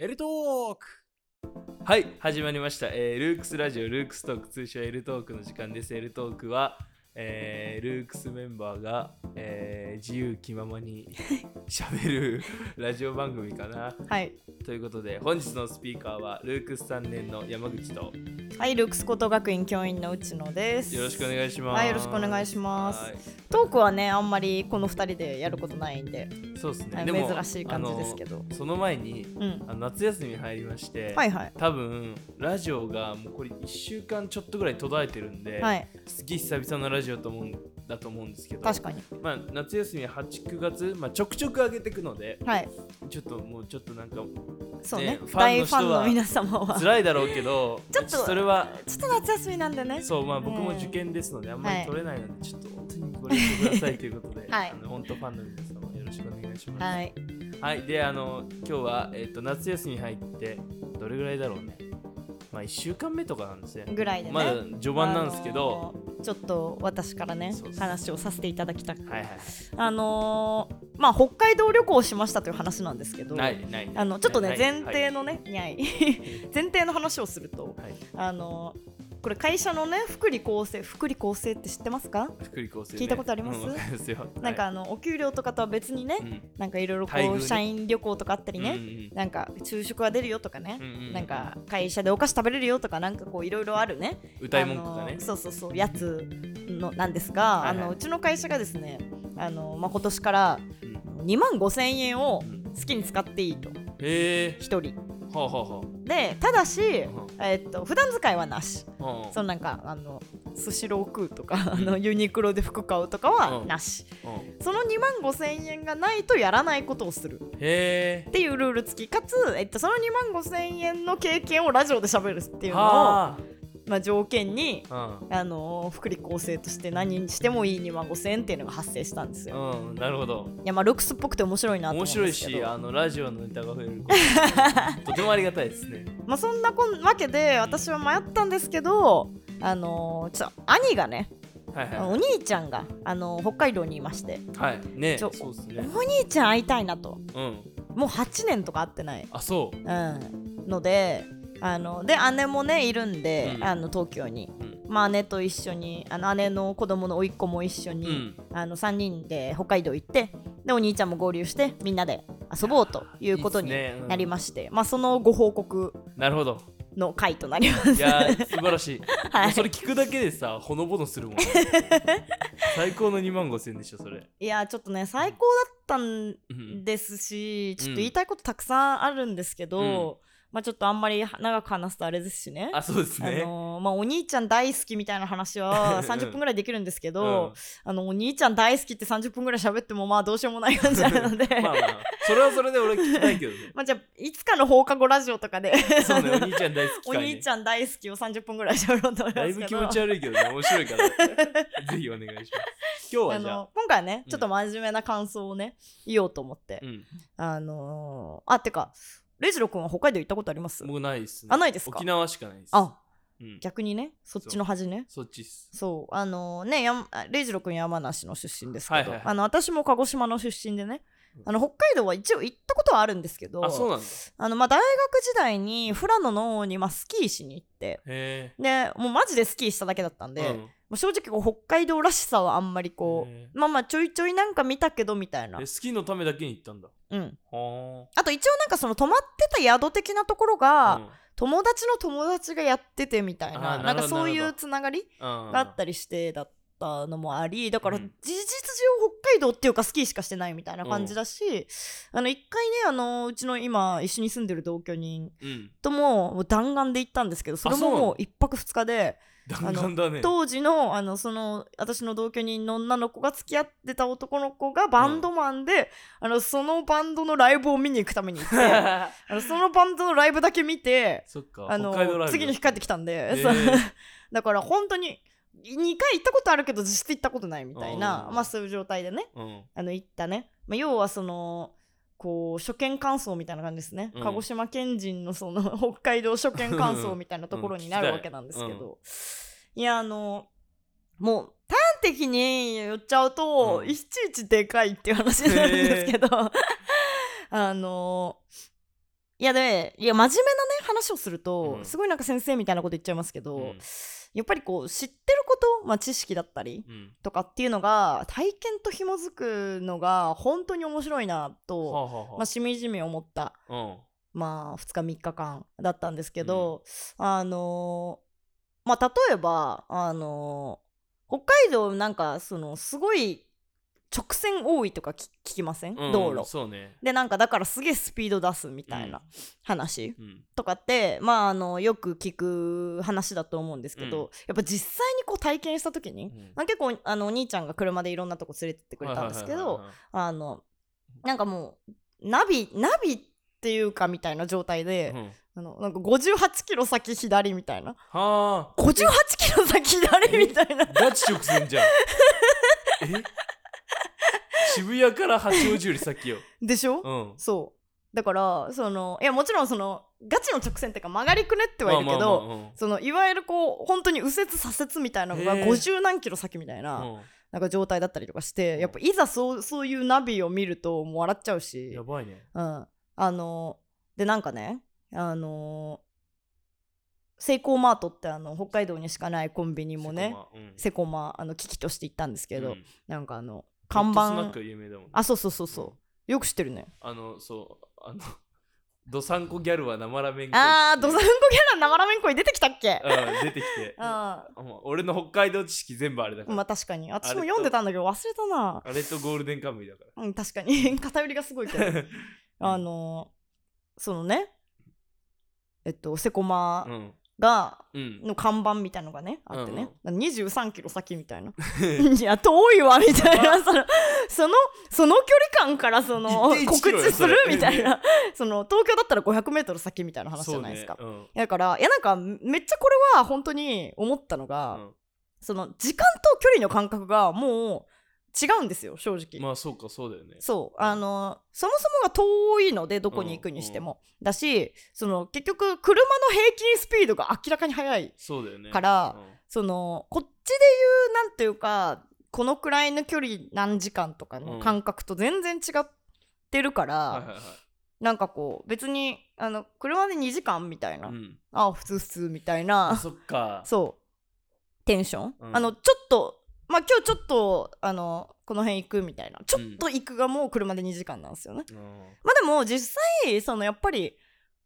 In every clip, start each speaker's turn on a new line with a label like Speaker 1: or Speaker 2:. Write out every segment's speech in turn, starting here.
Speaker 1: エルトークはい始まりました、えールークスラジオルークストーク通称エルトークの時間ですエルトークは、えールークスメンバーが、えー自由気まま に喋るラジオ番組かな
Speaker 2: はい。
Speaker 1: ということで本日のスピーカーはルークス3年の山口と
Speaker 2: はい、ルックス高等学院教員の内野です。
Speaker 1: よろしくお願いします
Speaker 2: はい、よろしくお願いします
Speaker 1: はい
Speaker 2: トークはね、あんまりこの二人でやることないんで、
Speaker 1: そうですね、
Speaker 2: はい
Speaker 1: でも
Speaker 2: 珍しい感じですけど
Speaker 1: あ。のその前に
Speaker 2: うん。
Speaker 1: あの夏休みに入りまして、
Speaker 2: はいはい。
Speaker 1: 多分ラジオがもうこれ1週間ちょっとぐらい途絶えてるんで、
Speaker 2: はい、
Speaker 1: すげえ久々のラジオと思うんだと思うんですけど
Speaker 2: 確かに。
Speaker 1: まあ、夏休み89月、まあ、ちょくちょく上げていくので
Speaker 2: はい。
Speaker 1: ちょっともうちょっと なんか
Speaker 2: そうね
Speaker 1: ねファンの。人は
Speaker 2: 大ファンの皆様は。ちょ
Speaker 1: 辛いだろうけど
Speaker 2: ちょっと
Speaker 1: それは
Speaker 2: っと夏休みなんでね。
Speaker 1: そうまあ
Speaker 2: うん
Speaker 1: 僕も受験ですのであんまり取れないのでちょっと本当にご了承くださいということで、
Speaker 2: はい
Speaker 1: あの本当ファンの皆様よろしくお願いします。
Speaker 2: はい。
Speaker 1: はい、で、あの、今日は、えっ、と、夏休み入って、どれぐらいだろうね。まあ、1週間目とかなんですね。
Speaker 2: ぐらいでね。
Speaker 1: まだ序盤なんですけど、
Speaker 2: あのーちょっと私からね
Speaker 1: そうそう
Speaker 2: 話をさせていただきたく、
Speaker 1: はいは
Speaker 2: あのーまあ北海道旅行をしましたという話なんですけど
Speaker 1: い。ない、ない。
Speaker 2: あのちょっとね
Speaker 1: ない
Speaker 2: 前
Speaker 1: は
Speaker 2: 提
Speaker 1: い
Speaker 2: のね、にゃい 前提の話をすると
Speaker 1: はい、
Speaker 2: あのこれ会社のね福利厚生福利厚生って知ってますか
Speaker 1: 福利厚生ね、
Speaker 2: 聞いたことあります
Speaker 1: うんわか りますよ。
Speaker 2: なんか
Speaker 1: は
Speaker 2: あのお給料とかとは別にね、
Speaker 1: い、うん
Speaker 2: なんかいろいろこ
Speaker 1: 待遇
Speaker 2: う
Speaker 1: ね
Speaker 2: 社員旅行とかあったりね、
Speaker 1: うんうん
Speaker 2: なんか昼食は出るよとかね、
Speaker 1: うんうん
Speaker 2: なんか会社でお菓子食べれるよとかなんかこういろいろあるね
Speaker 1: 歌い文句が
Speaker 2: あ
Speaker 1: ね
Speaker 2: の。そうそうそうやつのなんですが、
Speaker 1: はいはい
Speaker 2: あのうちの会社がですねあの、まあ、今年から
Speaker 1: うん
Speaker 2: 2万5千円を
Speaker 1: うん
Speaker 2: 好きに使っていいと
Speaker 1: へえ
Speaker 2: 1人
Speaker 1: ー、はあ、はあは
Speaker 2: でただし、
Speaker 1: ん
Speaker 2: えっと普段使いはなし
Speaker 1: あ、はあ、
Speaker 2: そのなんかあのスシロー食うとかあのユニクロで服買うとかはなし、
Speaker 1: うん
Speaker 2: その2万5千円がないとやらないことをするっ
Speaker 1: へえ
Speaker 2: ていうルール付きかつ、えっと、その2万5千円の経験をラジオで喋るって
Speaker 1: ー、
Speaker 2: いうのを
Speaker 1: は
Speaker 2: まあ、条件に、
Speaker 1: あ、
Speaker 2: あのー福利厚生として何にしてもいい2万5千円っていうのが発生したんです
Speaker 1: う
Speaker 2: よ。
Speaker 1: ん、うん、なるほど。
Speaker 2: いやまあルックスっぽくて面白いなと思
Speaker 1: 面
Speaker 2: うんですけど
Speaker 1: 白いし、あのラジオのネタが増える こと。とてもありがたいですね。
Speaker 2: まあ、そんなこんわけで私は迷ったんですけど、あのーちょっと兄がね
Speaker 1: はい
Speaker 2: お
Speaker 1: は
Speaker 2: 兄ちゃんが、あのー北海道にいまして
Speaker 1: い。はい、ね、
Speaker 2: ち
Speaker 1: そ
Speaker 2: ょ
Speaker 1: うです
Speaker 2: お
Speaker 1: ね。
Speaker 2: 兄ちゃん会いたいなと
Speaker 1: うん。
Speaker 2: もう8年とか会ってない、
Speaker 1: あそう
Speaker 2: うん、のであので姉もねいるんで、
Speaker 1: うん
Speaker 2: あの東京に、
Speaker 1: うん
Speaker 2: まあ、姉と一緒にあの姉の子供の甥っ子も一緒に、
Speaker 1: うん
Speaker 2: あの3人で北海道行ってでお兄ちゃんも合流してみんなで遊ぼうということに
Speaker 1: いいっすねうん
Speaker 2: なりましてまあ、そのご報告
Speaker 1: なるほ ど
Speaker 2: の回となります。
Speaker 1: いやー素晴らしい、
Speaker 2: はい
Speaker 1: もうそれ聞くだけでさほのぼのす るもん最高の2万5千でしょそれ、
Speaker 2: いやちょっとね最高だったん
Speaker 1: うん、
Speaker 2: ですしちょっ
Speaker 1: うん
Speaker 2: と言いたいことたくさんあるんですけど、
Speaker 1: うん
Speaker 2: まあちょっとあんまり長く話すとあれですしね。
Speaker 1: あそうです
Speaker 2: あ
Speaker 1: ね、
Speaker 2: のーまあ、お兄ちゃん大好きみたいな 話は30分ぐらいできるんですけど、あのお兄ちゃん大好きって30分ぐらい喋ってもまあどうしようもない感じなので
Speaker 1: うんまあまあそれはそれで俺聞きたいけどね
Speaker 2: まあじゃあいつかの放課後ラジオとかで
Speaker 1: そうねお兄ちゃん大好き
Speaker 2: お
Speaker 1: 会ね
Speaker 2: 兄ちゃん大好きを30分ぐらい喋ろうと思いますけど
Speaker 1: だいぶ気持ち悪いけどね面白いから ぜひお願いします今日
Speaker 2: あ
Speaker 1: はじゃあ
Speaker 2: の今回はね
Speaker 1: うん
Speaker 2: ちょっと真面目な感想をね、言おうと思って、
Speaker 1: うん、
Speaker 2: あのーあてかレジロ君は北海道行ったことあります
Speaker 1: 僕ないっすね
Speaker 2: あないですか
Speaker 1: 沖縄しかないです
Speaker 2: あ
Speaker 1: うん、
Speaker 2: 逆にねそっちの端ね
Speaker 1: そっちっす
Speaker 2: そうあのねやんあレイジロ君山梨の出身ですけど、
Speaker 1: はいはいはい
Speaker 2: あの私も鹿児島の出身でね
Speaker 1: うん
Speaker 2: あの北海道は一応行ったことはあるんですけど
Speaker 1: あそうなんだ
Speaker 2: あの、まあ、大学時代に富良野の方に、まあ、スキーしに行って
Speaker 1: へ
Speaker 2: でもうマジでスキーしただけだったん
Speaker 1: え
Speaker 2: で、もう正直こう北海道らしさはあんまりこう、
Speaker 1: へ
Speaker 2: まあまあちょいちょいなんか見たけどみたいな
Speaker 1: え、好きのためだけに行ったんだ
Speaker 2: うん、
Speaker 1: は
Speaker 2: あと一応なんかその泊まってた宿的なところが、
Speaker 1: あ、
Speaker 2: 友達の友達がやっててみたい
Speaker 1: あ
Speaker 2: な
Speaker 1: ー
Speaker 2: なん
Speaker 1: なる
Speaker 2: か
Speaker 1: ほど
Speaker 2: そうい
Speaker 1: なるほ
Speaker 2: うつながり
Speaker 1: うんうん
Speaker 2: があったりしてだったのもありだから
Speaker 1: う
Speaker 2: 事
Speaker 1: ん
Speaker 2: 実上北海道っていうかスキーしかしてないみたいな感じだし、あの一回ねあのうちの今一緒に住んでる同居人
Speaker 1: うん
Speaker 2: とももう弾丸で行ったんですけどそれ
Speaker 1: あそう
Speaker 2: も
Speaker 1: なの
Speaker 2: もう一泊二日で
Speaker 1: 弾丸だね
Speaker 2: 当時のあのその私の同居人の女の子が付き合ってた男の子がバンドマンで、あのそのバンドのライブを見に行くために行って あのそのバンドのライブだけ見て
Speaker 1: そっか、
Speaker 2: あの
Speaker 1: 北海道ライブ
Speaker 2: 次の日帰ってきたんで、
Speaker 1: へー
Speaker 2: そう だから本当に2回行ったことあるけど実質行ったことないみたいな
Speaker 1: うん
Speaker 2: まあそういう状態でね
Speaker 1: うん、
Speaker 2: あの行ったね、まあ、要はそのこう初見感想みたいな感じですね、
Speaker 1: うん
Speaker 2: 鹿児島県人のその 北海道初見感想みたいなところになるわけなんですけど、
Speaker 1: うん
Speaker 2: いやあのもう単的に言っちゃうと、
Speaker 1: うん
Speaker 2: いちいちでかいっていう話になるんですけど、 あのいやでいや真面目なね話をすると、
Speaker 1: うん
Speaker 2: すごいなんか先生みたいなこと言っちゃいますけど、
Speaker 1: うん
Speaker 2: やっぱりこう知ってること、まあ、知識だったり
Speaker 1: うん
Speaker 2: とかっていうのが体験と紐づくのが本当に面白いな
Speaker 1: は
Speaker 2: と、
Speaker 1: あはあ
Speaker 2: まあ、しみじみ思った
Speaker 1: は
Speaker 2: まあ、2日3日間だったんですけど、あのーまあ例えば、あのー北海道なんかそのすごい直線多いとか聞聞きません、
Speaker 1: あうん
Speaker 2: 道
Speaker 1: うん
Speaker 2: 路。
Speaker 1: そうね
Speaker 2: でなんかだからすげえスピード出すみたいな話
Speaker 1: うん
Speaker 2: とかって、まああのよく聞く話だと思うんですけど、
Speaker 1: うん
Speaker 2: やっぱ実際にこう体験した時に、
Speaker 1: うん
Speaker 2: まあ、結構あのお兄ちゃんが車でいろんなとこ連れてってくれたんですけど、
Speaker 1: はいはいはいはい
Speaker 2: あのなんかもうナビナビっていうかみたいな状態で、
Speaker 1: うんは
Speaker 2: あのなんか58キロ先左みたいな
Speaker 1: あ
Speaker 2: 58キロ先左みたいな
Speaker 1: ガチ直線じゃんえ渋谷から八王子より先よ
Speaker 2: でしょ、
Speaker 1: うん
Speaker 2: そうだからそのいやもちろんそのガチの直線っていうか曲がりくねってはいるけど、
Speaker 1: まあまあま
Speaker 2: そのいわゆるこう本当に右折左折みたいなのが
Speaker 1: へえ
Speaker 2: 50何キロ先みたい
Speaker 1: あ
Speaker 2: な
Speaker 1: うんうん
Speaker 2: なんか状態だったりとかしてやっぱいざそうそういうナビを見るともう笑っちゃうし
Speaker 1: やばいね
Speaker 2: うん、あのでなんかねあのセイコーマートってあの北海道にしかないコンビニもねセコマあの危機として行ったんですけど、なんかあの看
Speaker 1: スナッ
Speaker 2: 板
Speaker 1: ク有名だもんね
Speaker 2: あそうそうそうそう
Speaker 1: うん
Speaker 2: よく知ってるね
Speaker 1: あのそうあのどさんこギャルは生ラーメン粉
Speaker 2: あードサンコギャラ生ラーメン恋出てきたっけ
Speaker 1: うん出てきて
Speaker 2: うんま
Speaker 1: もう俺の北海道知識全部あれだから、
Speaker 2: あ確かに私も読んでたんだけど忘れたな
Speaker 1: あれとゴールデンカムイだか
Speaker 2: うん確かに 偏りがすごいけど
Speaker 1: ら
Speaker 2: あのそのねえっとセコマ
Speaker 1: うん
Speaker 2: が
Speaker 1: うん
Speaker 2: の看板みたいのがねあってね、23キロ先みたいな
Speaker 1: 1.1
Speaker 2: いや遠いわみた いなそのそのその距離感からその
Speaker 1: 1.1
Speaker 2: 告
Speaker 1: キロよ
Speaker 2: 知す
Speaker 1: そ
Speaker 2: る
Speaker 1: れ
Speaker 2: みたいなその東京だったら500メートル先みたいな話じゃないですか、
Speaker 1: そうね
Speaker 2: だからいやなんかめっちゃこれは本当に思った
Speaker 1: う
Speaker 2: のが、
Speaker 1: ん
Speaker 2: その時間と距離の感覚がもう違うんですよ正
Speaker 1: う
Speaker 2: 直、
Speaker 1: んまあそうかそうだよね
Speaker 2: そうあのそもそもが遠いのでどこに行くにしても、だしその結局車の平均スピードが明らかに速い
Speaker 1: そうだよね
Speaker 2: から
Speaker 1: うん
Speaker 2: そのこっちで言うなんていうかこのくらいの距離何時間とかの感覚と全然違ってるから、
Speaker 1: はいはいはい
Speaker 2: なんかこう別にあの車で2時間みたいな、
Speaker 1: うん
Speaker 2: あ普通普通みたい
Speaker 1: あ
Speaker 2: な
Speaker 1: そっか
Speaker 2: そうテンション、
Speaker 1: うん
Speaker 2: あのちょっとまあ今日ちょっとあのこの辺行くみたいなちょっと行くがもう車で2時間なんですよね、
Speaker 1: うん
Speaker 2: まあでも実際そのやっぱり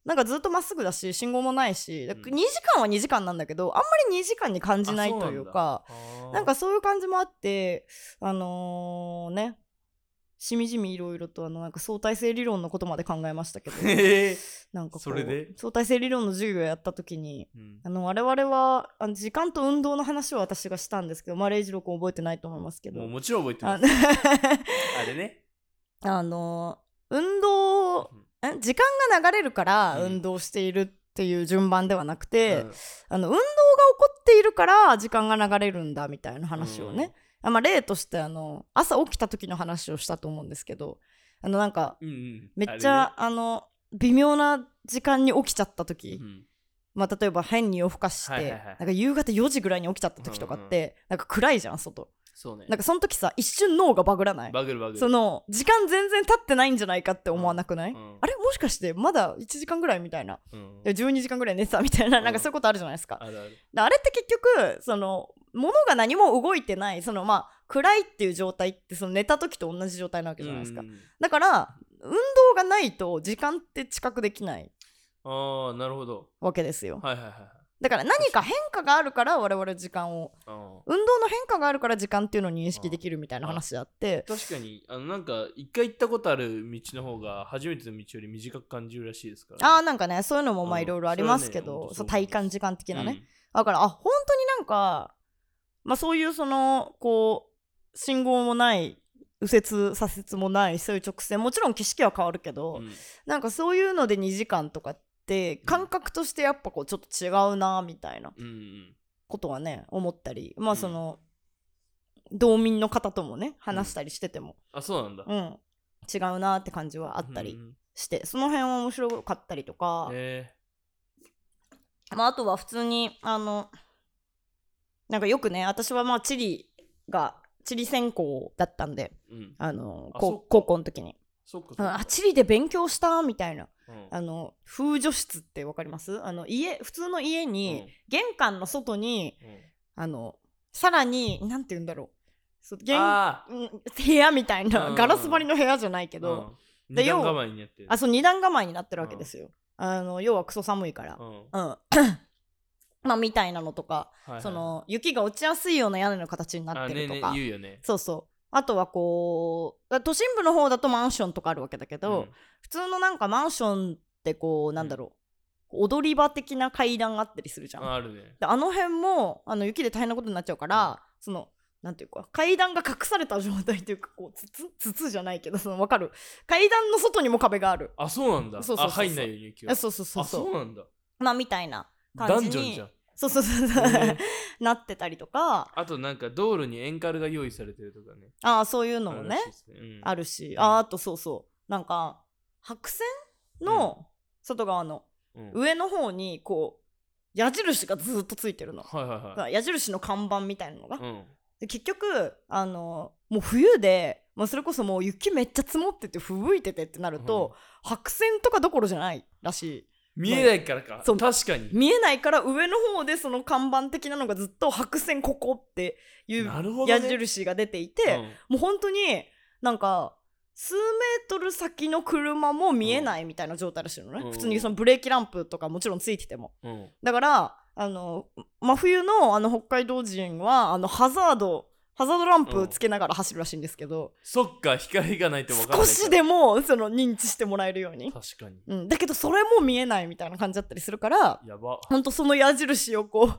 Speaker 2: なんかずっとまっすぐだし信号もないしだから
Speaker 1: うん
Speaker 2: 2時間は2時間なんだけどあんまり2時間に感じないというか
Speaker 1: あそう
Speaker 2: なん
Speaker 1: だあ
Speaker 2: かそういう感じもあってあのーねしみじみいろいろとあのなんか相対性理論のことまで考えましたけど
Speaker 1: ー へえ
Speaker 2: なんかこう
Speaker 1: それで
Speaker 2: 相対性理論の授業やった時に
Speaker 1: うん
Speaker 2: あの我々はあの時間と運動の話を私がしたんですけどまあレイジロ君覚えてないと思いますけ
Speaker 1: もう
Speaker 2: ど
Speaker 1: もちろん覚えてま
Speaker 2: あ
Speaker 1: す
Speaker 2: の
Speaker 1: あれね
Speaker 2: あの ー運動をん時間が流れるから
Speaker 1: うん
Speaker 2: 運動しているっていう順番ではなくて、
Speaker 1: うん
Speaker 2: あの運動が起こっているから時間が流れるんだみたいな話をね、あまあ、例としてあの朝起きた時の話をしたと思うんですけどあのなんか
Speaker 1: うんうん
Speaker 2: めっちゃあ,、の微妙な時間に起きちゃった
Speaker 1: あれ
Speaker 2: 時、
Speaker 1: ねうん
Speaker 2: まあ、例えば変に夜更かし
Speaker 1: はい
Speaker 2: て
Speaker 1: はいはい
Speaker 2: なんか夕方4時ぐらいに起きちゃった時とかって、なんか暗いじゃん外
Speaker 1: そうね
Speaker 2: なんかその時さ一瞬脳がバグらない
Speaker 1: バグるバグる
Speaker 2: その時間全然経ってないんじゃないかって思わなくない、
Speaker 1: うん
Speaker 2: あれもしかしてまだ1時間ぐらいみたいな
Speaker 1: うん
Speaker 2: で12時間ぐらい寝てたみたいな
Speaker 1: うん
Speaker 2: なんかそういうことあるじゃないですか。
Speaker 1: あるある
Speaker 2: であれって結局その物が何も動いてないそのまあ暗いっていう状態ってその寝た時と同じ状態なわけじゃないですか。
Speaker 1: うん
Speaker 2: だから運動がないと時間って知覚できない
Speaker 1: ああなるほど
Speaker 2: わけですよ。
Speaker 1: はいはいはいはい
Speaker 2: だから何か変化があるから我々時間を
Speaker 1: ああ
Speaker 2: 運動の変化があるから時間っていうのを認識できるみたいな話であって
Speaker 1: 確かにあのなんか一回行ったことある道の方が初めての道より短く感じるらしいですから
Speaker 2: あーなんかねそういうのもまあ
Speaker 1: うん
Speaker 2: いろいろありますけ
Speaker 1: それはね
Speaker 2: ど、
Speaker 1: ほんと
Speaker 2: そ
Speaker 1: そうう
Speaker 2: 体感時間的なね。
Speaker 1: ね
Speaker 2: だからあ本当になんか、まあ、そういうそのこう信号もない右折左折もないそういう直線もちろん景色は変わるけど、なんかそういうので2時間とかって感覚としてやっぱこうちょっと違うなみたいな
Speaker 1: うんうん
Speaker 2: ことはね思ったり
Speaker 1: う
Speaker 2: まあ
Speaker 1: ん
Speaker 2: その、道民の方ともね話したりしてても、
Speaker 1: あそうなんだ
Speaker 2: うん違うなって感じはあった
Speaker 1: う
Speaker 2: り
Speaker 1: ん
Speaker 2: して、その辺は面白かったりとか。
Speaker 1: へ
Speaker 2: まあ、あとは普通にあのなんかよくね私はまあ地理が地理専攻だったんで
Speaker 1: うん。
Speaker 2: あの
Speaker 1: あそっ
Speaker 2: こ
Speaker 1: か
Speaker 2: 高校の時に
Speaker 1: そっかそっ
Speaker 2: あ
Speaker 1: か。
Speaker 2: 地理で勉強したみたいな
Speaker 1: うん
Speaker 2: あの風除室ってわかりますあの家普通の家に、玄関の外に
Speaker 1: うんうん
Speaker 2: あのさらに何て言うんだろうそう玄
Speaker 1: あ
Speaker 2: うん部屋みたいな、
Speaker 1: うん
Speaker 2: ガラス張りの部屋じゃないけ
Speaker 1: け
Speaker 2: ど、、
Speaker 1: うん
Speaker 2: で
Speaker 1: 二段
Speaker 2: 要は
Speaker 1: 構えにやってる。
Speaker 2: あそう二段構えになってるわけですよ、あの要はクソ寒いから
Speaker 1: う、ん
Speaker 2: うん まあみたいなのとか、
Speaker 1: はいはい
Speaker 2: その雪が落ちやすいような屋根の形になってるとか、
Speaker 1: あねね言うよね。
Speaker 2: そうそうあとはこう都心部の方だとマンションとかあるわけだけど、普通のなんかマンションってこうなんだろう、踊り場的な階段があったりするじ
Speaker 1: う
Speaker 2: ゃん
Speaker 1: ん、あるね。
Speaker 2: であの辺もあの雪で大変なことになっちゃうから、
Speaker 1: うん
Speaker 2: そのなんていうか階段が隠された状態というかこうつつつつじゃないけどその分かる階段の外にも壁がある
Speaker 1: あ、そうなんだ。
Speaker 2: そうそうそうそう
Speaker 1: あ、入んないように雪が
Speaker 2: あそうそうそう
Speaker 1: あ、そうなんだ。
Speaker 2: まあみたいな
Speaker 1: ダ
Speaker 2: 感じ
Speaker 1: ン
Speaker 2: に
Speaker 1: ジョンじゃん。
Speaker 2: そうそうそう、
Speaker 1: ね
Speaker 2: なってたりとか
Speaker 1: あとなんか道路にエンカルが用意されてるとかね。
Speaker 2: ああそういうのもね
Speaker 1: あるらしいですうん
Speaker 2: あるし、
Speaker 1: ん
Speaker 2: あーあとそうそうなんか白線の外側の
Speaker 1: うん
Speaker 2: 上の方にこう矢印がずっとついてるの、
Speaker 1: はいはいはい。
Speaker 2: 矢印の看板みたいなのが、
Speaker 1: うん
Speaker 2: で結局あのもう冬で、まあ、それこそもう雪めっちゃ積もってて吹雪いててってなると、白線とかどころじゃないらしい
Speaker 1: 見えないからか。
Speaker 2: そう
Speaker 1: 確かに。
Speaker 2: 見えないから上の方でその看板的なのがずっと白線ここっていう
Speaker 1: なるほどね
Speaker 2: 矢印が出ていて、もう本当になんか数メートル先の車も見えないみたいな状態らしいのね、
Speaker 1: うん
Speaker 2: 普通にそのブレーキランプとかもちろんついてても
Speaker 1: うんうん
Speaker 2: だからあの真冬のあの北海道人はあのハザードハザードランプつけながら走るらしいんですけど、
Speaker 1: そっか、光がないと分からな
Speaker 2: 少
Speaker 1: いから。
Speaker 2: しでもその認知してもらえるように、
Speaker 1: 確かに。
Speaker 2: うん、だけどそれも見えないみたいな感じだったりするから
Speaker 1: や ば。
Speaker 2: ほんとその矢印をこう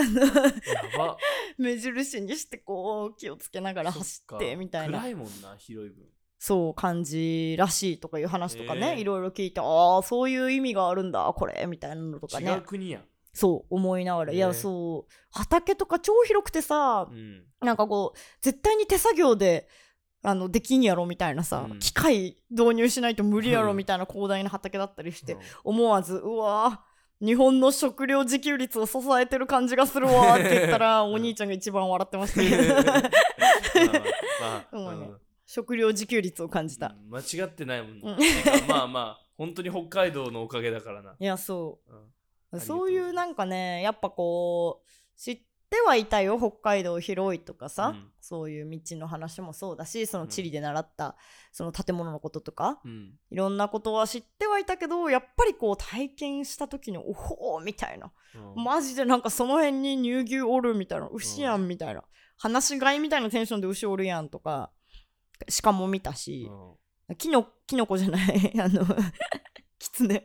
Speaker 2: あの
Speaker 1: やば。
Speaker 2: 目印にしてこう気をつけながら走
Speaker 1: そっ
Speaker 2: っ
Speaker 1: てか
Speaker 2: みたいな
Speaker 1: 暗いもんな、広い分。
Speaker 2: そう感じらしいとかいう話とかね、
Speaker 1: へえ
Speaker 2: いろいろ聞いてああそういう意味があるんだこれみたいなのとか
Speaker 1: 違う
Speaker 2: ね
Speaker 1: 国やん。
Speaker 2: そう思いながら、い
Speaker 1: へ
Speaker 2: や
Speaker 1: え
Speaker 2: そう畑とか超広くてさ
Speaker 1: う、ん。
Speaker 2: なんかこう絶対に手作業であのできんやろみたいなさ、
Speaker 1: うん
Speaker 2: 機械導入しないと無理や ろ
Speaker 1: うん
Speaker 2: みたいな広大な畑だったりして、
Speaker 1: うん
Speaker 2: 思わずうわー日本の食料自給率を支えてる感じがするわーって言ったら、
Speaker 1: うん
Speaker 2: お兄ちゃんが一番笑ってまし
Speaker 1: ま
Speaker 2: たけど
Speaker 1: あまあ
Speaker 2: もうね
Speaker 1: うん
Speaker 2: 食料自給率を感じた、
Speaker 1: うん間違ってないもん
Speaker 2: う
Speaker 1: な。
Speaker 2: ん
Speaker 1: なんかまあまあ、本当に北海道のおかげだからな。
Speaker 2: いやそう
Speaker 1: うんりがとう
Speaker 2: そういうなんかねやっぱこう知ってはいたよ北海道広いとかさ、
Speaker 1: うん
Speaker 2: そういう道の話もそうだしその
Speaker 1: うん
Speaker 2: 地理で習ったその建物のこととか、
Speaker 1: うん。
Speaker 2: いろんなことは知ってはいたけどやっぱりこう体験した時におほーみたいな、
Speaker 1: うん
Speaker 2: マジでなんかその辺に乳牛おるみたいな牛やんみたいな、放し飼いみたいなテンションで牛おるやんとか鹿も見たし、
Speaker 1: うん
Speaker 2: キノキノコじゃない あのキツネ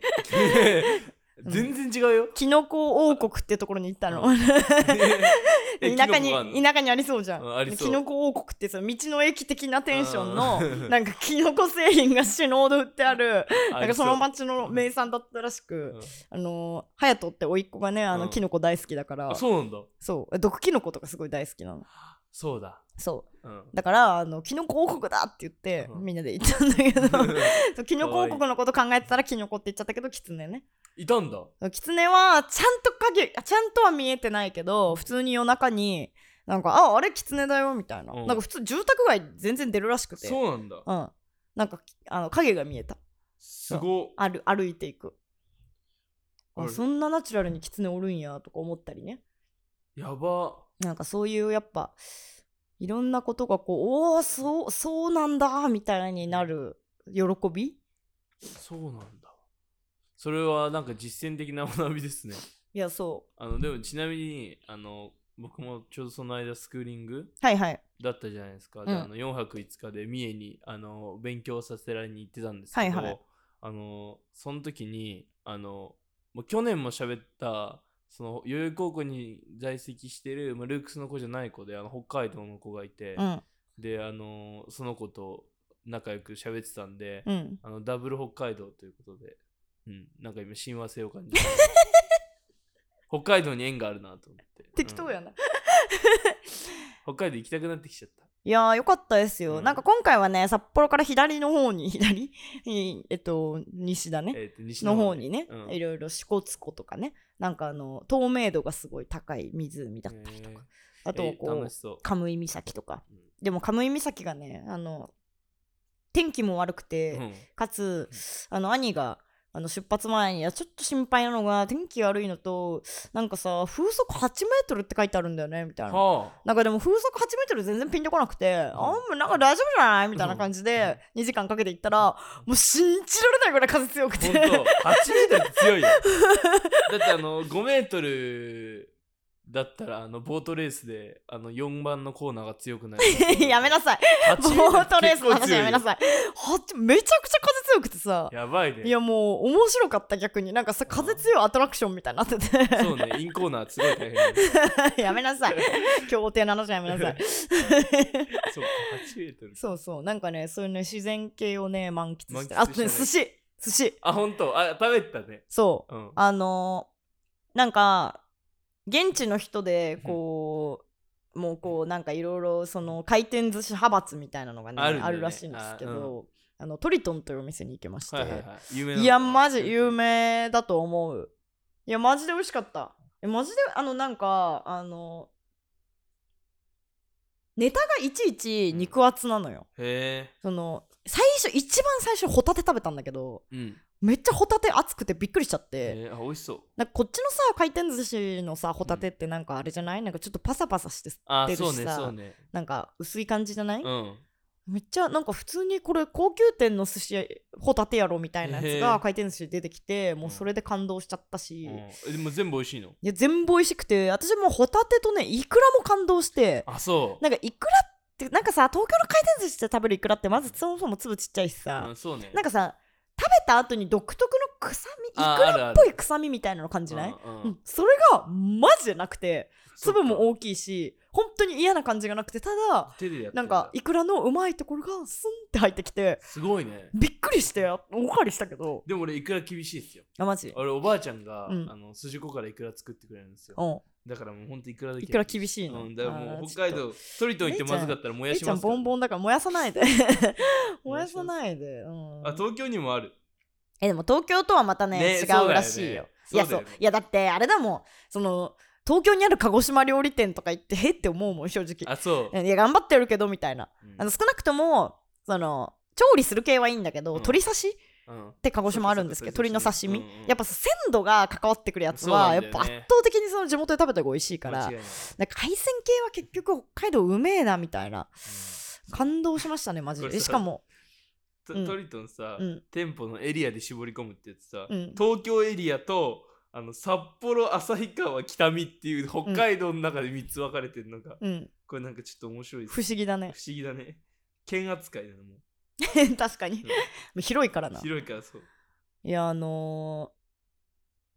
Speaker 1: 全然違 うよ。
Speaker 2: キノコ王国ってところに行ったの。
Speaker 1: う え
Speaker 2: 田舎
Speaker 1: キノコがあんの
Speaker 2: に田舎にありそうじゃん、
Speaker 1: うんありそう
Speaker 2: キノコ王国ってその道の駅的なテンションの
Speaker 1: うん
Speaker 2: なんかキノコ製品が死ぬほど売ってあるな
Speaker 1: あ
Speaker 2: んか
Speaker 1: り
Speaker 2: そうの町の名産だったらしく、
Speaker 1: うん
Speaker 2: あの隼人って甥っ子がねあ
Speaker 1: う
Speaker 2: の
Speaker 1: ん
Speaker 2: キノコ大好きだから、
Speaker 1: あそうなんだ。
Speaker 2: そう毒キノコとかすごい大好きなの
Speaker 1: そうだ。
Speaker 2: そう
Speaker 1: うん
Speaker 2: だからあのキノコ王国だって言って、
Speaker 1: うん
Speaker 2: みんなで行ったんだけ どそうキノコ
Speaker 1: かわい
Speaker 2: 王
Speaker 1: い
Speaker 2: 国のこと考えてたらキノコって言っちゃったけどキツネね
Speaker 1: いたんだ。
Speaker 2: キツネはちゃんと影ちゃんとは見えてないけど普通に夜中になんか「ああれキツネだよ」みたいな、
Speaker 1: うん
Speaker 2: なんか普通住宅街全然出るらしくてう、
Speaker 1: そうなんだ。
Speaker 2: ん、なんかあの影が見えた
Speaker 1: すごっ。
Speaker 2: 歩歩いていくあ
Speaker 1: あれ
Speaker 2: そんなナチュラルにキツネおるんやとか思ったりね
Speaker 1: やば。
Speaker 2: なんかそういうやっぱいろんなことがこう「おおそうそうなんだ」みたいになる喜び
Speaker 1: そうなんだ。それはなんか実践的な学びですね。
Speaker 2: いやそ
Speaker 1: あのでもちなみにあの僕もちょうどその間スクーリング
Speaker 2: うはいはい
Speaker 1: だったじゃないですか。で
Speaker 2: うん
Speaker 1: あの4泊5日で三重にあの勉強させられに行ってたんですけど、
Speaker 2: はいはい
Speaker 1: あのその時にあのもう去年も喋ったその代々木高校に在籍してる、まあ、ルークスの子じゃない子であの北海道の子がいて、
Speaker 2: うん
Speaker 1: であのその子と仲良く喋ってたんで、
Speaker 2: うん
Speaker 1: あのダブル北海道ということで、うん、なんか今親和性を感 じて北海道に縁があるなと思って
Speaker 2: 適当や
Speaker 1: うん
Speaker 2: な、
Speaker 1: 北海道行きたくなってきちゃった
Speaker 2: いやーよかったですよ、
Speaker 1: うん
Speaker 2: なんか今回はね札幌から左の方に 左にえっと西だね
Speaker 1: えーと西
Speaker 2: の方にね、
Speaker 1: うん
Speaker 2: いろいろ支笏湖とかねなんかあの透明度がすごい高い湖だったりとか、
Speaker 1: へー
Speaker 2: あと
Speaker 1: え
Speaker 2: こ
Speaker 1: 楽
Speaker 2: う
Speaker 1: しそう。
Speaker 2: カムイ岬とか
Speaker 1: うん
Speaker 2: でもカムイ岬がねあの天気も悪くて、
Speaker 1: うん
Speaker 2: かつあの兄があの出発前にいやちょっと心配なのが天気悪いのとなんかさ風速8メートルって書いてあるんだよねみたいな。
Speaker 1: はあ。
Speaker 2: なんかでも風速8メートル全然ピンとこなくて、あんまなんか大丈夫じゃないみたいな感じで2時間かけて行ったらもう信じられないぐらい風強くて
Speaker 1: 本当8メートル強い よだってあの5メートルだったらあのボートレースであの4番のコーナーが強くなる
Speaker 2: やめなさい
Speaker 1: 8
Speaker 2: ボートレースの話やめなさいはちめちゃくちゃ風強くてさ
Speaker 1: いやばいね
Speaker 2: いやもう面白かった逆になんかさ風強いアトラクションみたいになって て
Speaker 1: そうねインコーナーすごい大変
Speaker 2: やめなさ い協定の話はやめなさい
Speaker 1: そうか8メートル
Speaker 2: そうそうなんかねそういうね自然系をね満喫して
Speaker 1: 満喫
Speaker 2: あ
Speaker 1: した
Speaker 2: と
Speaker 1: ね
Speaker 2: ね寿司寿司
Speaker 1: あ本当あ食べてたね
Speaker 2: そう
Speaker 1: うん
Speaker 2: あのーなんか現地の人でこう、もうこうなんかいろいろその回転寿司派閥みたいなのがね
Speaker 1: あ
Speaker 2: あ
Speaker 1: るん
Speaker 2: る,、
Speaker 1: だよね
Speaker 2: らしいんですけど
Speaker 1: あ
Speaker 2: あ、
Speaker 1: う
Speaker 2: のトリトンというお店に行きまして、
Speaker 1: はい
Speaker 2: い
Speaker 1: はいはい有名
Speaker 2: やマジ有名だと思ういやマジで美味しかったえマジであのなんかあのネタがいちいち肉厚なのよ、
Speaker 1: へ
Speaker 2: その最初一番最初ホタテ食べたんだけど
Speaker 1: えうん
Speaker 2: めっちゃホタテ熱くてびっくりしちゃって、
Speaker 1: へえあ美味しそう
Speaker 2: なんかこっちのさ回転寿司のさホタテってなんかあれじゃないなんかちょっとパサパサして
Speaker 1: あ
Speaker 2: 出るし
Speaker 1: そ
Speaker 2: さ
Speaker 1: うねそうね
Speaker 2: なんか薄い感じじゃない、
Speaker 1: うん
Speaker 2: めっちゃなんか普通にこれ高級店の寿司ホタテやろみたいなやつ
Speaker 1: へえ
Speaker 2: が回転寿司で出てきてもううんそれで感動しちゃったし、
Speaker 1: うん
Speaker 2: い
Speaker 1: えでも全部美味しいの
Speaker 2: や全部美味しくて私もうホタテとねイクラも感動して
Speaker 1: あそ
Speaker 2: なんかイクラってなんかさ東京の回転寿司で食べるイクラってまずそもそも粒ちっちゃいし
Speaker 1: う
Speaker 2: さ、
Speaker 1: うんそうね
Speaker 2: なんかさ食べた後に独特の臭みイク
Speaker 1: あ
Speaker 2: ラっ
Speaker 1: あるある
Speaker 2: ぽい臭みみたいなの感じない
Speaker 1: うんう
Speaker 2: うんん、それがマジでなくて粒も大きいし本当に嫌な感じがなくてただ
Speaker 1: 手でやって
Speaker 2: なんん
Speaker 1: だ
Speaker 2: かイクラのうまいところがスンって入ってきて
Speaker 1: すごいね
Speaker 2: びっくりしておかわりしたけど
Speaker 1: でも俺いくら厳しいですよ
Speaker 2: あマジ
Speaker 1: 俺おばあちゃんが、
Speaker 2: うん
Speaker 1: あの筋子からいくら作ってくれるんですよ
Speaker 2: うん
Speaker 1: だからもうほんといくらだけ
Speaker 2: いくら厳しいの
Speaker 1: うん、だからも
Speaker 2: あ
Speaker 1: う
Speaker 2: ー
Speaker 1: 北海道トリトン行ってまずかったら燃や
Speaker 2: えい
Speaker 1: し
Speaker 2: ちゃ
Speaker 1: ま
Speaker 2: ん
Speaker 1: すか
Speaker 2: ボ
Speaker 1: ら
Speaker 2: ンボンだから燃やさな いで燃やさないで、うん、
Speaker 1: あ東京にもある
Speaker 2: えでも東京とはまたね
Speaker 1: ねそ
Speaker 2: 違
Speaker 1: うだよ
Speaker 2: う
Speaker 1: ね
Speaker 2: らしいよいや
Speaker 1: そ
Speaker 2: そ
Speaker 1: だよ
Speaker 2: うう
Speaker 1: ね
Speaker 2: いやだってあれだもんその東京にある鹿児島料理店とか行ってへって思うもん正直
Speaker 1: あそう、
Speaker 2: いや頑張ってるけどみたいな
Speaker 1: うん
Speaker 2: あの少なくともその調理する系はいいんだけど、
Speaker 1: うん
Speaker 2: 鶏刺しっ
Speaker 1: うん
Speaker 2: て鹿児島あるんですけど
Speaker 1: そうか
Speaker 2: 鶏の刺身、
Speaker 1: そうかうんうん
Speaker 2: やっぱ鮮度が関わってくるやつ
Speaker 1: そう
Speaker 2: は、
Speaker 1: なん
Speaker 2: や
Speaker 1: だ
Speaker 2: っ
Speaker 1: よね
Speaker 2: ぱ圧倒的にその地元で食べた方が美味しいから
Speaker 1: 間違い
Speaker 2: なん
Speaker 1: ない
Speaker 2: か海鮮系は結局北海道うめえなみたいな感動しましたねマジ
Speaker 1: これ
Speaker 2: で
Speaker 1: さ
Speaker 2: しかも
Speaker 1: と
Speaker 2: うん
Speaker 1: トリトンさ、
Speaker 2: うん
Speaker 1: 店舗のエリアで絞り込むって言ってさ、
Speaker 2: うん
Speaker 1: 東京エリアとあの札幌旭川北見っていう北海道の中で3つ分かれてるのが、
Speaker 2: うん
Speaker 1: これなんかちょっと面白いです
Speaker 2: 不思議だね
Speaker 1: 不思議だね県扱いだねもう
Speaker 2: 確かに
Speaker 1: うん
Speaker 2: 広いからな
Speaker 1: 広いからそう、
Speaker 2: いやあの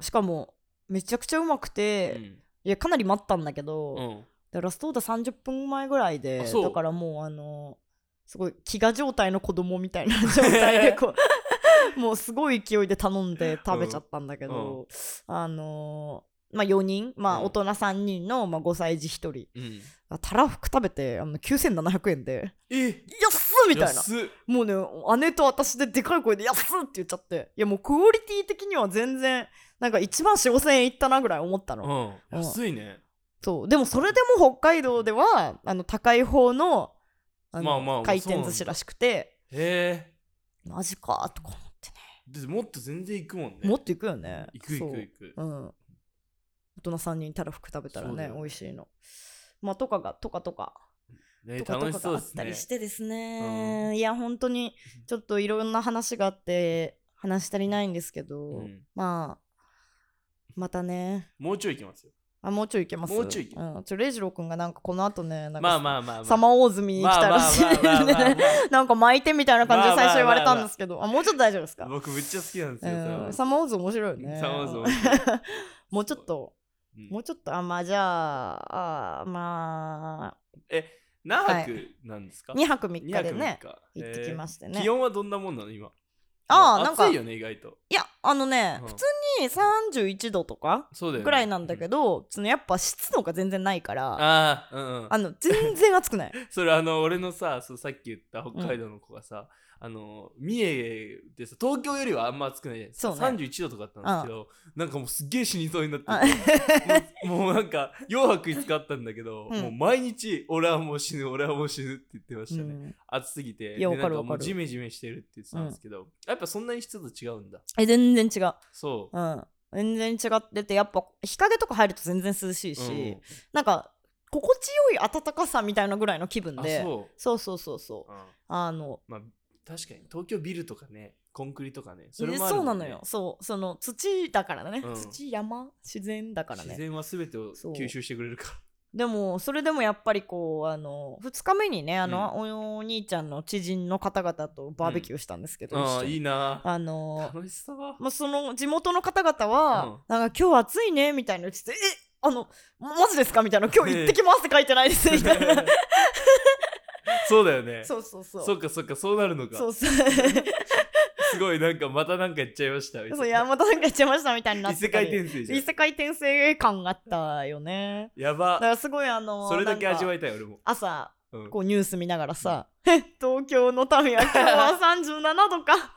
Speaker 2: ーしかもめちゃくちゃうまく
Speaker 1: う
Speaker 2: て、
Speaker 1: ん
Speaker 2: いやかなり待ったんだけ
Speaker 1: う
Speaker 2: ど、
Speaker 1: ん、
Speaker 2: でラストオーダー30分前ぐらいで
Speaker 1: あそう
Speaker 2: だからもうあのすごい飢餓状態の子供みたいな状態でこ うもうすごい勢いで頼んで食べちゃったんだけど、あのまあ4人まあ
Speaker 1: うん
Speaker 2: 大人3人の、まあ、5歳児1人
Speaker 1: うん、
Speaker 2: あたらふく食べてあの9700円で
Speaker 1: え
Speaker 2: 「安っ!」みたいな
Speaker 1: 安っ
Speaker 2: もうね姉と私ででかい声で「安っ!」って言っちゃっていやもうクオリティ的には全然なんか1万4000円いったなぐらい思ったの。
Speaker 1: うん、
Speaker 2: うん
Speaker 1: 安いね。
Speaker 2: そうでもそれでも北海道ではあの高い方のあの
Speaker 1: まあまあ
Speaker 2: 回転寿司らしくて
Speaker 1: へえ。
Speaker 2: マジかとか思ってね
Speaker 1: でもっと全然行くもんね。
Speaker 2: もっといくよね
Speaker 1: 行く行く行く。
Speaker 2: そううん大人3人たらふく食べたら
Speaker 1: そうだ
Speaker 2: ね
Speaker 1: よね
Speaker 2: 美味しいのまあとかがとかとか、
Speaker 1: ね、
Speaker 2: とか
Speaker 1: 楽
Speaker 2: と
Speaker 1: し
Speaker 2: か
Speaker 1: そう
Speaker 2: があ
Speaker 1: で
Speaker 2: ったりし
Speaker 1: すね。
Speaker 2: てですねいや本当にちょっといろんな話があって話し足りないんですけど、
Speaker 1: うん
Speaker 2: まあまたね
Speaker 1: もうちょい行きますよ。
Speaker 2: あもうちょいいけます
Speaker 1: もうちょいいけ
Speaker 2: うん、ちょレイジロー君がなんかこの後ねなんか
Speaker 1: まあまあまあまあ。
Speaker 2: サマーウォーズ見に来たらしいんで
Speaker 1: まあまあまあ まあ
Speaker 2: ねなんか巻いてみたいな感じで最初言われたんですけど、あもうちょっと大丈夫です
Speaker 1: まあ
Speaker 2: か、
Speaker 1: 僕めっちゃ好きなんですよ。
Speaker 2: う
Speaker 1: サ
Speaker 2: ん、サマーウォーズ面白いよ
Speaker 1: マ
Speaker 2: ね。
Speaker 1: サマーウォーズ
Speaker 2: もうちょっと、
Speaker 1: うん
Speaker 2: もうちょっと、あ、まあじゃあ、あま
Speaker 1: 何泊なんですか
Speaker 2: あ、2泊3
Speaker 1: 二
Speaker 2: 日でね、
Speaker 1: 三日
Speaker 2: 行ってきま
Speaker 1: し
Speaker 2: してね。
Speaker 1: 気温はどんなもんなの今。
Speaker 2: あー
Speaker 1: ま
Speaker 2: なんか
Speaker 1: 暑いよね、意外と。
Speaker 2: いや、ああのね、
Speaker 1: うん
Speaker 2: 普通に31度とか
Speaker 1: そうだよね
Speaker 2: ぐらいなんだけど、そのやっぱ湿度が全然ないからあ
Speaker 1: ああうんうん
Speaker 2: の全然暑く ない
Speaker 1: それあの俺のさそうさっき言った北海道の子がさ、あの三重でさ東京よりはあんま暑くないじゃないですか
Speaker 2: そうね
Speaker 1: 31度とかだったんですけど、なんかもうすっげえ死にそうにな
Speaker 2: あ
Speaker 1: っててもうもうなんか4泊5日あったんだけど、
Speaker 2: うん
Speaker 1: もう毎日「俺はもう死ぬ俺はもう死ぬ」って言ってましたね、
Speaker 2: うん
Speaker 1: 暑すぎて
Speaker 2: いや
Speaker 1: で
Speaker 2: わかる
Speaker 1: なんも
Speaker 2: わ
Speaker 1: う
Speaker 2: かる
Speaker 1: ジメジメしてるって言ってたんですけど、やっぱそんなに湿度違うんだ
Speaker 2: え全然違う
Speaker 1: そう、
Speaker 2: うん全然違っててやっぱ日陰とか入ると全然涼しいし、
Speaker 1: うん
Speaker 2: なんか心地よい暖かさみたいなぐらいの気分
Speaker 1: あ
Speaker 2: で
Speaker 1: そ
Speaker 2: そうそうそうそう
Speaker 1: う、うん
Speaker 2: あの
Speaker 1: まあ確かに東京ビルとかねコンクリとかね
Speaker 2: そ
Speaker 1: それもある
Speaker 2: そ
Speaker 1: も
Speaker 2: うなん
Speaker 1: ね
Speaker 2: のよそうその土だからね、
Speaker 1: うん
Speaker 2: 土山自然だからね
Speaker 1: 自然は全てを
Speaker 2: そう
Speaker 1: 吸収してくれるか
Speaker 2: でもそれでもやっぱりこうあの2日目にねあの、お兄ちゃんの知人の方々とバーベキューしたんですけど、一
Speaker 1: あ
Speaker 2: 緒
Speaker 1: あ
Speaker 2: に
Speaker 1: いいな
Speaker 2: あの、
Speaker 1: 楽しそう
Speaker 2: まあ、その地元の方々は、
Speaker 1: うん
Speaker 2: なんか今日暑いねみたいな言っててえあのマジですかみたいな今日行ってきますって書いてないですみたいな
Speaker 1: そうだよね
Speaker 2: そうそうそう
Speaker 1: そっかそっかそうなるのか
Speaker 2: そうそう
Speaker 1: すごいなんかまたなんかやっちゃいましたみたいな
Speaker 2: そういやまたなんか言っちゃいましたみたいにな
Speaker 1: 異
Speaker 2: って
Speaker 1: 世
Speaker 2: た
Speaker 1: 界
Speaker 2: り
Speaker 1: 転生じゃ
Speaker 2: 異
Speaker 1: ん
Speaker 2: 世界転生感があったよね
Speaker 1: や
Speaker 2: だか
Speaker 1: ば
Speaker 2: らすごいあの
Speaker 1: それだけ味わ
Speaker 2: い
Speaker 1: いたい俺も
Speaker 2: 朝
Speaker 1: うん
Speaker 2: こうニュース見ながらさ「え東京の民は今 日は37度か ふっふっ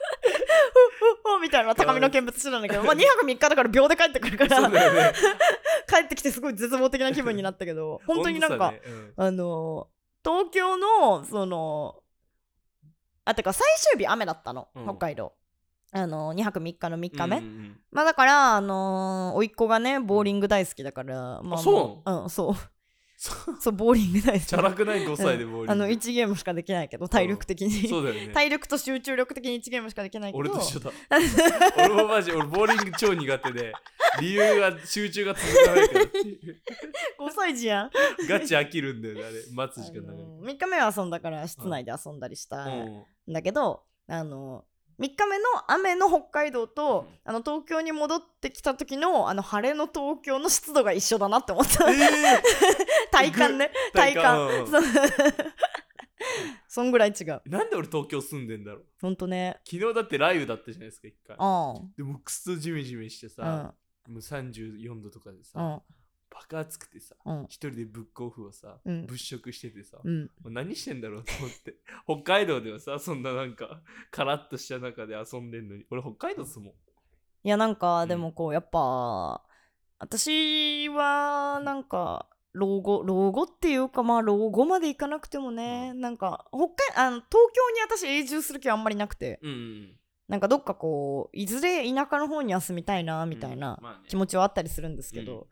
Speaker 2: ふ」みたいな高みの見物してたんだけど、まあ、2泊3日だから秒で帰ってくるか
Speaker 1: そ
Speaker 2: ら、
Speaker 1: うだよね
Speaker 2: 帰ってきてすごい絶望的な気分になったけ ど本当になんか、
Speaker 1: 温度差ねうん
Speaker 2: あの東京のそのあてか最終日雨だったの、
Speaker 1: うん
Speaker 2: 北海道。あの2泊3日の3日目、
Speaker 1: うんうん
Speaker 2: まあだからあのー、甥っ子がねボーリング大好きだから、まあ
Speaker 1: そう
Speaker 2: もうう んそう
Speaker 1: そう
Speaker 2: そうボーリング大好き
Speaker 1: チャラくない5歳でボーリング
Speaker 2: あの1ゲームしかできないけど体力的に、
Speaker 1: そうだよね
Speaker 2: 体力と集中力的に1ゲームしかできないけど
Speaker 1: 俺と一緒 だ俺もマジ俺ボーリング超苦手で理由が集中が続かない からっていう
Speaker 2: 5歳児やん、
Speaker 1: ガチ飽きるんだよねあれ待つ時間な
Speaker 2: 3日目は遊んだから室内で遊んだりした
Speaker 1: い
Speaker 2: ん
Speaker 1: うん
Speaker 2: だけど、あの3日目の雨の北海道と、
Speaker 1: うん
Speaker 2: あの東京に戻ってきた時のあの晴れの東京の湿度が一緒だなって 思った
Speaker 1: ええ
Speaker 2: 体感ね
Speaker 1: ー
Speaker 2: 体感
Speaker 1: うん
Speaker 2: そう そんぐらい違う
Speaker 1: なんで俺東京住んでんだろう
Speaker 2: ほんとね
Speaker 1: 昨日だって雷雨だったじゃないですか一回
Speaker 2: うんうん
Speaker 1: でもうくっそジメジメして
Speaker 2: うん
Speaker 1: さ、もう34度とかでさ、
Speaker 2: うん
Speaker 1: バカ暑くてさ
Speaker 2: うん
Speaker 1: 一人でブックオフをさ、
Speaker 2: うん
Speaker 1: 物色しててさ、
Speaker 2: うん
Speaker 1: もう何してんだろうと思って 北海道ではさそんななんかカラッとした中で遊んでんのに俺北海道住もう
Speaker 2: いやなん
Speaker 1: う
Speaker 2: か
Speaker 1: ん
Speaker 2: でもこうやっぱ私はなんか老後老後っていうかまあ老後まで行かなくてもねなんか北海あの東京に私永住する気はあんまりなくて
Speaker 1: うんうん
Speaker 2: なんかどっかこういずれ田舎の方には住みたいなみたいな
Speaker 1: うんまあね
Speaker 2: 気持ちはあったりするんですけど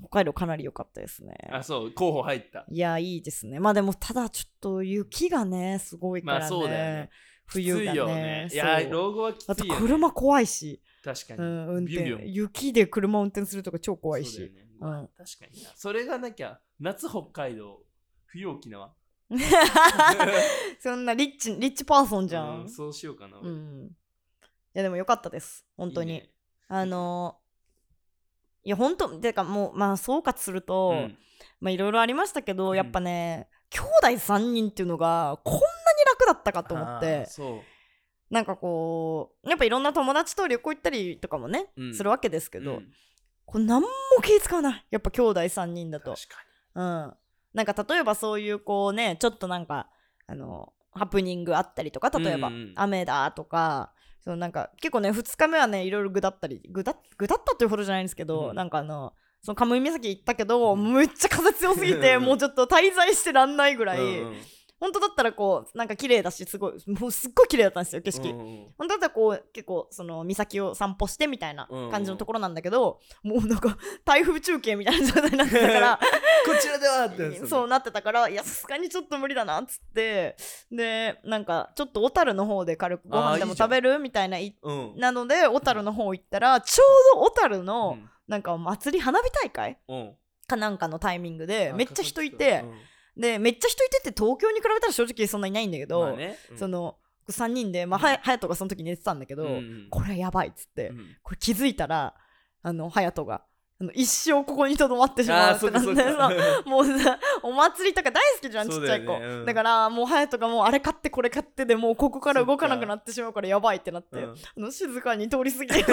Speaker 2: 北海道かなり良かったですね
Speaker 1: あそう候補入った
Speaker 2: いやいいですねまあでもただちょっと雪がねすごいか
Speaker 1: まあ
Speaker 2: ら
Speaker 1: そうだよね
Speaker 2: ね冬
Speaker 1: き
Speaker 2: が
Speaker 1: ついよ
Speaker 2: ね
Speaker 1: いや
Speaker 2: そう
Speaker 1: 老後はき
Speaker 2: あ
Speaker 1: つ
Speaker 2: と
Speaker 1: いよ、ね、
Speaker 2: 車怖いし
Speaker 1: 確かに、
Speaker 2: うん、運
Speaker 1: ビュンビュ
Speaker 2: 転
Speaker 1: ン
Speaker 2: 雪で車運転するとか超怖い
Speaker 1: そうだ
Speaker 2: し
Speaker 1: よね
Speaker 2: うん
Speaker 1: まあ確かになそれがなきゃ夏北海道冬沖縄
Speaker 2: そんなリッチリッチパー ソンじゃ
Speaker 1: うんんそうしようかな
Speaker 2: う
Speaker 1: 俺
Speaker 2: んいやでもよかったです本当に
Speaker 1: いいね
Speaker 2: あのいや本当てかもうまあ総括すると、
Speaker 1: うん
Speaker 2: まあいろいろありましたけど、
Speaker 1: うん
Speaker 2: やっぱね兄弟3人っていうのがこんなに楽だったかと思っ
Speaker 1: あー
Speaker 2: て
Speaker 1: そ
Speaker 2: なんかこうやっぱいろんな友達と旅行行ったりとかもね、
Speaker 1: う、うん
Speaker 2: するわけですけ
Speaker 1: う
Speaker 2: ど、
Speaker 1: ん
Speaker 2: こう何も気使わないやっぱ兄弟3人だと
Speaker 1: 確か
Speaker 2: うん、なんか例えばそういうこうねちょっとなんかあのハプニングあったりとか例えば、
Speaker 1: うんうんうん
Speaker 2: 雨だとかそのなんか結構ね2日目はねいろいろぐだったりぐだぐだったというほどじゃないんですけど、
Speaker 1: うん
Speaker 2: なんかあのそのカムイ岬行ったけど、
Speaker 1: うん
Speaker 2: むっちゃ風強す ぎてもうちょっと滞在してらんないぐらい、
Speaker 1: にうんうん
Speaker 2: 本当だったらこうなんか綺麗だしすごいもうすっごい綺麗だったんですよ景色。
Speaker 1: うんうんうん
Speaker 2: 本当だったらこう結構その岬を散歩してみたいな感じのところなんだけど、もうなんか台風中継みたいな状態になってたから
Speaker 1: こちらではってやつ
Speaker 2: そうなってたからいやさすがにちょっと無理だなっつってでなんかちょっと小樽の方で軽くご
Speaker 1: あー
Speaker 2: 飯
Speaker 1: い
Speaker 2: で
Speaker 1: い
Speaker 2: も
Speaker 1: じゃん
Speaker 2: 食べるみたいない
Speaker 1: うん
Speaker 2: なので小樽の方行ったらちょうど小樽のなんか祭り花火大会
Speaker 1: うん
Speaker 2: かなんかのタイミングで
Speaker 1: うん
Speaker 2: めっちゃ人いて
Speaker 1: うん
Speaker 2: でめっちゃ人いてって東京に比べたら正直そんないないんだけ
Speaker 1: まあ
Speaker 2: ど
Speaker 1: ねうん
Speaker 2: その3人でまあ
Speaker 1: うん
Speaker 2: は隼人がその時寝てたんだけ
Speaker 1: うんう
Speaker 2: ど
Speaker 1: ん
Speaker 2: これやばいっつって
Speaker 1: うん
Speaker 2: これ気づいたらあの隼人があの一生ここにとどまってし
Speaker 1: あー
Speaker 2: まうって
Speaker 1: そっ
Speaker 2: な
Speaker 1: か
Speaker 2: っ
Speaker 1: そ
Speaker 2: て
Speaker 1: っか
Speaker 2: さ もうさお祭りとか大好きじゃんち
Speaker 1: そ
Speaker 2: っ
Speaker 1: う
Speaker 2: ちゃ
Speaker 1: だよね
Speaker 2: い子だ,、
Speaker 1: うん
Speaker 2: からもう隼人がもうあれ買ってこれ買ってでもうここから動かなくなってしまうからやばいってなって、
Speaker 1: うん
Speaker 2: あの静かに通り過ぎ てって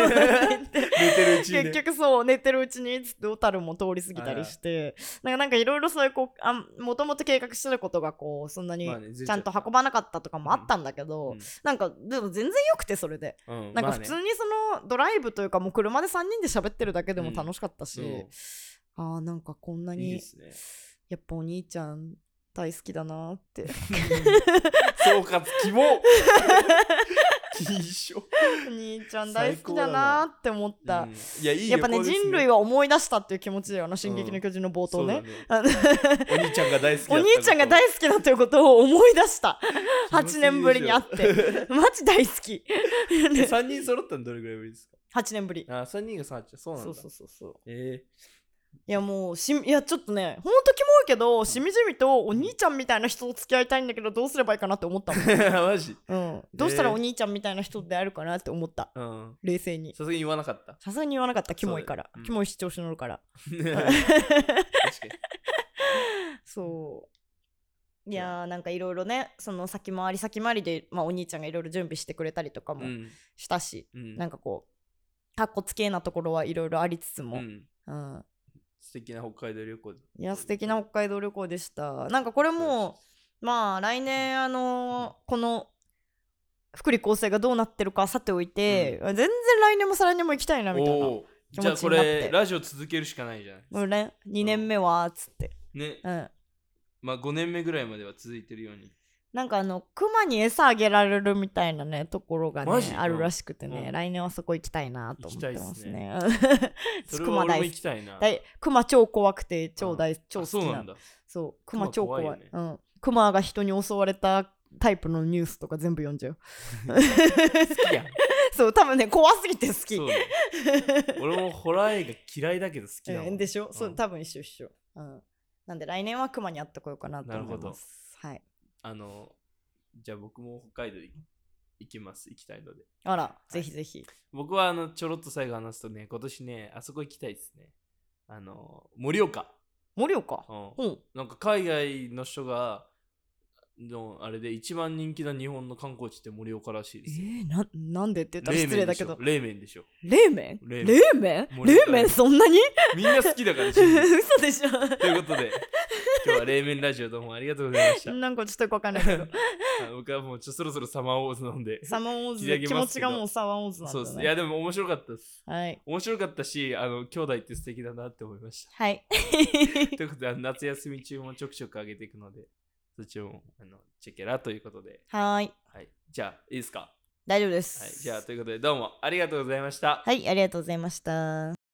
Speaker 1: 寝てるうちにね
Speaker 2: 結局そう寝てるうちにつって小樽も通り過ぎたりしてなんかなんかいろいろそういうこうあんもともと計画してることがこうそんなに
Speaker 1: まあねずれ
Speaker 2: ち
Speaker 1: ちゃ
Speaker 2: ゃ
Speaker 1: った
Speaker 2: んと運ばなかったとかもあったんだけど、
Speaker 1: うん
Speaker 2: なんかでも全然よくてそれで
Speaker 1: うん
Speaker 2: なん
Speaker 1: まあ
Speaker 2: か普
Speaker 1: ね
Speaker 2: 通にそのドライブというかもう車で3人で喋ってるだけでも楽しかったし、
Speaker 1: うん
Speaker 2: あーなんかこんない
Speaker 1: い
Speaker 2: に
Speaker 1: ですね
Speaker 2: やっぱお兄ちゃん大好きだなって
Speaker 1: 総括希望 金賞
Speaker 2: お兄ちゃん大好きだなって思った、
Speaker 1: うんいやいい
Speaker 2: やっぱね人類
Speaker 1: は
Speaker 2: は思い出したっていう気持ちだよな「進撃の巨人」の冒頭ね。あの
Speaker 1: お兄ちゃんが大好きだ
Speaker 2: お
Speaker 1: った
Speaker 2: 兄ちゃん が大好きだということを思い出した
Speaker 1: 気持ちいいでしょ
Speaker 2: 8年ぶりに 会ってマジ大好 き
Speaker 1: 3人揃ったのどれぐらいぶりです
Speaker 2: 8年ぶり
Speaker 1: かあ三人が3そうなんだ
Speaker 2: そうそうそうそう
Speaker 1: え
Speaker 2: いやもうしいやちょっとねほんとキモいけどしみじみとお兄ちゃんみたいな人と付き合いたいんだけどどうすればいいかなって思ったもん、
Speaker 1: ー、 マジ
Speaker 2: うん、どうしたらお兄ちゃんみたいな人であるかなって思った
Speaker 1: うん
Speaker 2: 冷静に
Speaker 1: さすがに言わなか った
Speaker 2: さすがに言わなかったキモいから、
Speaker 1: そうだようん
Speaker 2: キモい視聴者乗るから
Speaker 1: 確かに
Speaker 2: そういやーなんかいろいろねその先回り先回りで、まあ、お兄ちゃんがいろいろ準備してくれたりとかも
Speaker 1: うん
Speaker 2: したし、
Speaker 1: うん
Speaker 2: なんかこうかっこつけえなところはいろいろありつつも、
Speaker 1: うん
Speaker 2: うん、
Speaker 1: 素敵な北海道旅行
Speaker 2: いや素敵な北海道旅行でしたなんかこれもまあ来年あのーこの福利厚生がどうなってるかさておいて、全然来年も再来年も行きたいなみたいな
Speaker 1: おお
Speaker 2: 気持ち
Speaker 1: じ
Speaker 2: に
Speaker 1: ゃ
Speaker 2: な
Speaker 1: あ
Speaker 2: って
Speaker 1: これラジオ続けるしかないじゃない
Speaker 2: うんね2年目はっつって、
Speaker 1: ね
Speaker 2: うん、
Speaker 1: まあ5年目ぐらいまでは続いてるよう に
Speaker 2: なんかあの熊に餌あげられるみたいなねところが
Speaker 1: マジ
Speaker 2: ねあるらしくてね、
Speaker 1: うん
Speaker 2: 来年はそこ行きたいなと思ってますね
Speaker 1: それは
Speaker 2: 熊
Speaker 1: 俺も
Speaker 2: 大好
Speaker 1: 行
Speaker 2: き
Speaker 1: きたいな
Speaker 2: 大熊超怖くて超大、超
Speaker 1: あ
Speaker 2: 好き
Speaker 1: そう
Speaker 2: な
Speaker 1: な
Speaker 2: の
Speaker 1: んだ
Speaker 2: そう、クマ超怖い。
Speaker 1: 熊怖いよね
Speaker 2: うん。クマが人に襲われたタイプのニュースとか全部読んじゃう。
Speaker 1: 好きやん
Speaker 2: そう、多分ね、怖すぎて好き
Speaker 1: そ。 うね俺もホラー映画嫌いだけど好きな
Speaker 2: う
Speaker 1: の
Speaker 2: んでしょ、そうう、
Speaker 1: ん
Speaker 2: 多分一緒一緒。うん。なんで来年はクマに会ってこようかなと思います。はい。
Speaker 1: あのじゃあ僕も北海道い行きます行きたいので
Speaker 2: あら、
Speaker 1: い
Speaker 2: ぜひぜひ。
Speaker 1: 僕はあのちょろっと最後話すとね今年ねあそこ行きたいですねあの盛岡、
Speaker 2: 盛岡。
Speaker 1: うん
Speaker 2: うん。
Speaker 1: なんか海外の人がのあれで一番人気な日本の観光地って盛岡らしい
Speaker 2: え
Speaker 1: ですよ
Speaker 2: ー、ななんでって言ったら
Speaker 1: 冷
Speaker 2: 失
Speaker 1: 麺
Speaker 2: 礼
Speaker 1: で
Speaker 2: だ
Speaker 1: し
Speaker 2: け
Speaker 1: ょ
Speaker 2: ど
Speaker 1: 冷麺でしょ
Speaker 2: 冷麺
Speaker 1: 冷
Speaker 2: 冷
Speaker 1: 麺
Speaker 2: 麺
Speaker 1: 盛岡
Speaker 2: 冷麺そんな に
Speaker 1: みんな好きだからし
Speaker 2: 嘘
Speaker 1: んじ り
Speaker 2: でし ょ
Speaker 1: ということで今日は冷麺ラジオどうもありがとうございました
Speaker 2: なんかちょっとよくわかんない けど
Speaker 1: あ僕はもうちょそろそろサマーウォーズなんで
Speaker 2: サマーウォー
Speaker 1: 切り上
Speaker 2: ズ
Speaker 1: げ
Speaker 2: 気
Speaker 1: ま
Speaker 2: 持
Speaker 1: すけ
Speaker 2: ち
Speaker 1: ど
Speaker 2: がもうサマーウォーズなんだ
Speaker 1: そう
Speaker 2: ね
Speaker 1: ですねいやでも面白かったです
Speaker 2: はい
Speaker 1: 面白かったしあの兄弟って素敵だなって思いま した
Speaker 2: はい
Speaker 1: ということで、あの夏休み中もちょくちょく上げていくので、そっちもあのチェケラということで、
Speaker 2: はーい
Speaker 1: はい。じゃあ、いいですか
Speaker 2: 大丈夫で
Speaker 1: はい。
Speaker 2: す
Speaker 1: じゃあ、ということで、どうもありがとうございました。
Speaker 2: はい、ありがとうございました。